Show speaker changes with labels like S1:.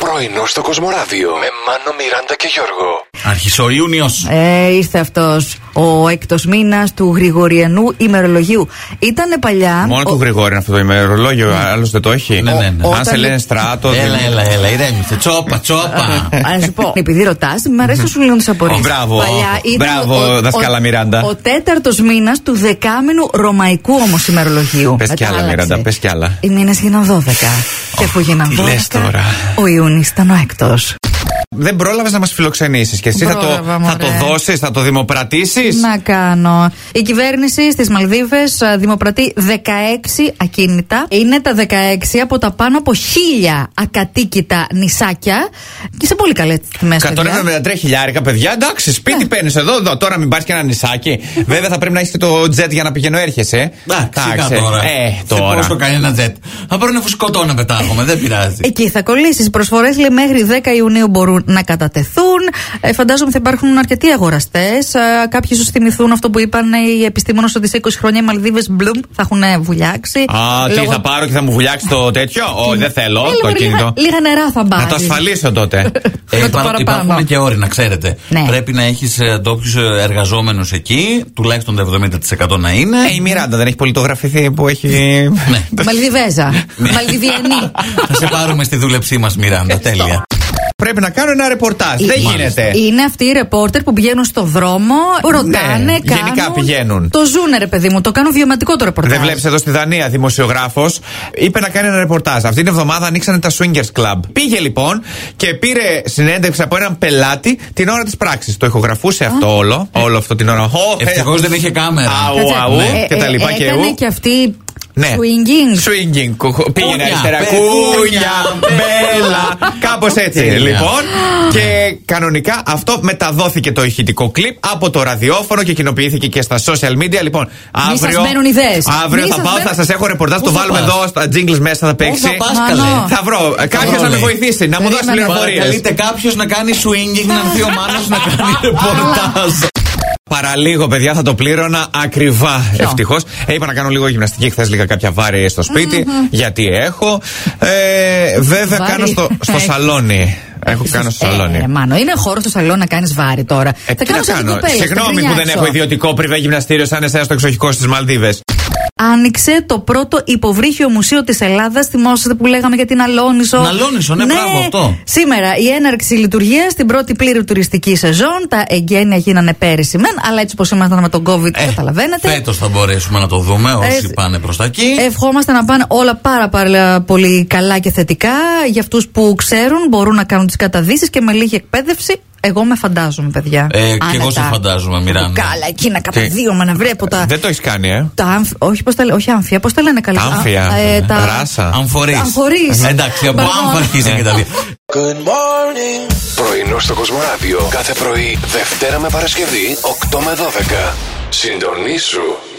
S1: Πρωινό στο Κοσμοράδιο με Μάνο, Μιράντα και Γιώργο.
S2: Άρχισε ο Ιούνιος.
S3: Ε, ήρθε αυτός ο έκτος μήνας του Γρηγοριανού ημερολογίου. Ήτανε παλιά.
S4: Μόνο
S3: ο-
S4: του Γρηγόρη είναι αυτό το ημερολόγιο, άλλωστε το έχει.
S2: Ναι, ναι, ναι.
S4: Αν σε
S3: Όταν-
S4: λένε στράτο.
S2: Έλα, έλα, έλα, ηρέμησε. Τσόπα, τσόπα.
S4: Ε,
S3: Α να σου πω, επειδή ρωτάς, μου αρέσει να σου λέω τι απορίε.
S4: Ω, μπράβο. Μπράβο, δασκάλα Μιράντα.
S3: Ο τέταρτος μήνας του δεκάμινου ρωμαϊκού όμως ημερολογίου.
S4: Πες κι άλλα,
S3: Μετά άλλαξε.
S4: Μιράντα, πες κι άλλα.
S3: Οι μήνε γίναν 12. Και αφού γίναν
S4: τι
S3: 12,
S4: λες τώρα.
S3: ο Ιούνις ήταν ο έκτος.
S4: Δεν πρόλαβες να μας φιλοξενήσεις και εσύ θα το,
S3: Πρόλαβα,
S4: θα το
S3: μωρέ.
S4: δώσεις, θα το δημοπρατήσεις.
S3: Να κάνω. Η κυβέρνηση στις Μαλδίβες δημοπρατεί 16 ακίνητα. Είναι τα 16 από τα πάνω από 1000 ακατοίκητα νησάκια. Και σε πολύ καλές τιμές.
S4: 173 χιλιάρικα, παιδιά. Εντάξει, σπίτι παίρνεις εδώ, εδώ. Τώρα μην πάρει και ένα νησάκι. Βέβαια θα πρέπει να έχεις και το τζετ για να πηγαίνω έρχεσαι.
S2: Εντάξει,
S4: Εντάξει,
S2: σιγά τώρα.
S4: Ε,
S2: Δεν
S4: τώρα.
S2: μπορώ κανένα τζετ. Θα μπορώ να φουσκωτώ να πετάγομαι, δεν πειράζει.
S3: Εκεί θα κολλήσεις. Οι προσφορές λέει μέχρι 10 Ιουνίου μπορούν να κατατεθούν. Ε, φαντάζομαι θα υπάρχουν αρκετοί αγοραστές. Ε, κάποιοι σου θυμηθούν αυτό που είπαν ε, οι επιστήμονες ότι σε 20 χρόνια οι Μαλδίβες Μπλουμ θα έχουν ε, βουλιάξει.
S4: Α, τι θα πάρω και θα μου βουλιάξει το τέτοιο. Όχι, δεν θέλω
S3: Έλα,
S4: το
S3: μωρέ,
S4: κινητό.
S3: Ε, Λίγα, λίγα νερά θα μπάζει.
S4: Να το ασφαλίσω τότε.
S2: Ε,
S3: Να το
S2: υπά-
S3: παραπάνω.
S2: υπάρχουν και όροι, να ξέρετε.
S3: Ναι.
S2: Πρέπει να ε, έχει ντόπιου εργαζόμενους εκεί, τουλάχιστον το 70% να είναι.
S4: Ε, η Μιράντα δεν έχει πολιτογραφηθεί που έχει.
S2: Ναι.
S3: Μαλδιβέζα.
S4: Ναι.
S3: Μαλδιβιενή.
S2: Θα σε πάρουμε στη δούλεψή μας, Μιράντα. Τέλεια.
S4: Πρέπει να κάνω ένα ρεπορτάζ.
S3: Ε,
S4: Δεν
S3: μάλιστα.
S4: γίνεται.
S3: Είναι αυτοί οι ρεπόρτερ που πηγαίνουν στο δρόμο, ρωτάνε,
S4: Ναι,
S3: κάνουν.
S4: γενικά πηγαίνουν.
S3: Το ζούνε, ρε παιδί μου, το κάνουν βιωματικό το ρεπορτάζ.
S4: Δεν βλέπεις εδώ στη Δανία δημοσιογράφος. Είπε να κάνει ένα ρεπορτάζ. Αυτή την εβδομάδα ανοίξανε τα Swingers Club. Πήγε λοιπόν και πήρε συνέντευξη από έναν πελάτη την ώρα της πράξης. Το ηχογραφούσε αυτό όλο. Όλο αυτό την ώρα. Ω, ε,
S2: Ευτυχώ δεν είχε κάμερα.
S4: Αου.
S3: Κάτσε, Ε,
S4: αου, και τα λοιπά και
S3: Έκανε
S4: ου.
S3: και αυτή
S4: Ναι.
S3: swinging.
S4: Swinging. κουχο- Πήγαινε
S2: Κούνια,
S4: αριστερά.
S2: πετούνια,
S4: Κούνια, μπέλα. Κάπως έτσι
S2: Τέλεια.
S4: λοιπόν. Και κανονικά αυτό μεταδόθηκε το ηχητικό κλιπ από το ραδιόφωνο και κοινοποιήθηκε και στα social media. Λοιπόν,
S3: σας
S4: αύριο.
S3: μένουν ιδέες.
S4: Αύριο
S3: Μη
S4: θα
S3: σας
S4: πάω,
S3: μένουν-
S4: θα σας έχω ρεπορτάζ.
S2: Πού
S4: Το
S2: θα
S4: βάλουμε
S2: πας?
S4: εδώ στα jingles μέσα, θα
S2: Πού θα
S4: παίξει.
S2: πας,
S3: Μαλό.
S2: καλέ.
S4: Θα βρω. Κάποιο να με
S2: λέει.
S4: βοηθήσει, να μου δώσει
S3: Περίμενε.
S4: πληροφορίε.
S2: Παρακαλείται κάποιος να κάνει swinging, να έρθει ο Μάνος να κάνει ρεπορτάζ.
S4: Παραλίγο, παιδιά, θα το πλήρωνα ακριβά.
S3: Ποιο?
S4: Ευτυχώς. Ε, είπα να κάνω λίγο γυμναστική χθες, λίγα κάποια βάρη στο σπιτι γιατί έχω. Ε, βέβαια,
S3: Βάρη.
S4: κάνω στο, στο
S3: Έχεις.
S4: σαλόνι. Έχω κάνω στο σαλόνι.
S3: Ε, μάνο, είναι χώρο στο σαλόνι να κάνεις βάρη τώρα.
S4: Ε,
S3: θα
S4: τι
S3: κάνω
S4: να
S3: σαν την
S4: κάνω.
S3: κοπέλα, θα
S4: Συγγνώμη που δεν
S3: γκρινιάξω.
S4: έχω ιδιωτικό πριβέ γυμναστήριο σαν εσένα στο εξοχικό στις Μαλδίβες.
S3: Άνοιξε το πρώτο υποβρύχιο μουσείο της Ελλάδας. Θυμόσαστε που λέγαμε για την Αλόνισο.
S2: Την Αλόνισο, ναι, μπράβο, αυτό.
S3: Σήμερα η έναρξη λειτουργία στην πρώτη πλήρη τουριστική σεζόν. Τα εγγένεια γίνανε πέρυσι μεν, αλλά έτσι πω ήμασταν με τον COVID,
S2: Ε,
S3: καταλαβαίνετε.
S2: Φέτος θα μπορέσουμε να το δούμε όσοι
S3: Ε,
S2: πάνε προς τα εκεί.
S3: Ευχόμαστε να πάνε όλα πάρα, πάρα πολύ καλά και θετικά. Για αυτούς που ξέρουν, μπορούν να κάνουν τις καταδύσεις και με λίγη εκπαίδευση. Εγώ με φαντάζομαι, παιδιά.
S2: Ε, κι
S3: Άνετα.
S2: εγώ σε φαντάζομαι, Μιράντα.
S3: Καλά, εκεί να
S4: Τι?
S3: καταδίωμα, να βρέπω τα.
S4: Δεν το έχεις κάνει, ε.
S3: τα αμφ- όχι, πώς τα λέ- όχι άμφια, πώς τα λένε καλά.
S4: Τα άμφια.
S3: Α, ε, τα-
S4: Ράσα.
S2: Αμφορείς.
S3: Αμφορείς.
S2: Εντάξει, από
S3: Μπράβο.
S2: άμφα αρχίζει και τα δύο.
S1: Πρωινό στο Κοσμοράδιο κάθε πρωί, Δευτέρα με Παρασκευή, 8 με 12. Συντονίσου